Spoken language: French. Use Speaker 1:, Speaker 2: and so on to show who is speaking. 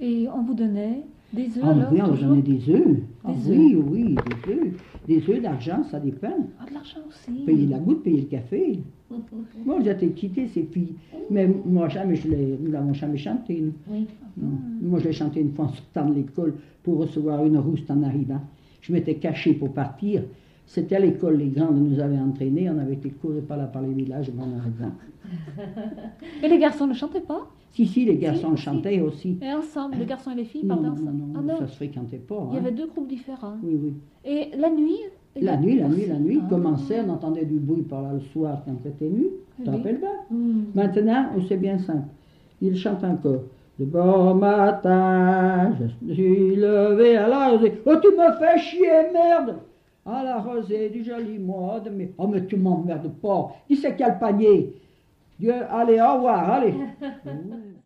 Speaker 1: et on vous donnait des œufs.
Speaker 2: Ah,
Speaker 1: alors,
Speaker 2: maintenant,
Speaker 1: toujours
Speaker 2: j'en ai des œufs. Ah,
Speaker 1: Des
Speaker 2: oui, oui, des œufs. Des œufs d'argent, ça dépend.
Speaker 1: Ah, de l'argent aussi.
Speaker 2: Payer la goutte, payer le café. Moi, j'étais quittée, ces filles. Mais moi, jamais, je l'ai, nous l'avons jamais chanté. nous.
Speaker 3: Oui.
Speaker 2: Non. Moi, je l'ai chanté une fois en sortant de l'école pour recevoir une rouste en arrivant. Je m'étais cachée pour partir. C'était à l'école, les grandes nous avaient entraînés. On avait été courus par là, par les villages, bon, en arrivant.
Speaker 1: Et les garçons ne chantaient pas
Speaker 2: Si, si, les garçons
Speaker 1: si.
Speaker 2: chantaient aussi.
Speaker 1: Et ensemble, les garçons et les filles
Speaker 2: Ah. Non,
Speaker 1: parlaient
Speaker 2: non,
Speaker 1: ensemble.
Speaker 2: non,
Speaker 1: ah non,
Speaker 2: ça se fréquentait pas.
Speaker 1: il y
Speaker 2: hein.
Speaker 1: avait deux groupes différents.
Speaker 2: Oui, oui.
Speaker 1: Et la nuit il y
Speaker 2: La
Speaker 1: a-
Speaker 2: nuit, la nuit, la nuit,
Speaker 1: Ah.
Speaker 2: il commençait, on entendait du bruit par là le soir quand c'était nu. Tu te
Speaker 1: Oui.
Speaker 2: rappelles bien?
Speaker 1: Hmm.
Speaker 3: Hum.
Speaker 2: Maintenant, c'est bien simple. Il chante encore. Le bon matin, je me suis levé à la rosée. Oh, tu me fais chier, merde! À la rosée du joli mois de mai. Oh, mais tu m'emmerdes pas. Qui c'est qui a le panier? Dieu, allez, au revoir, allez. Ouh,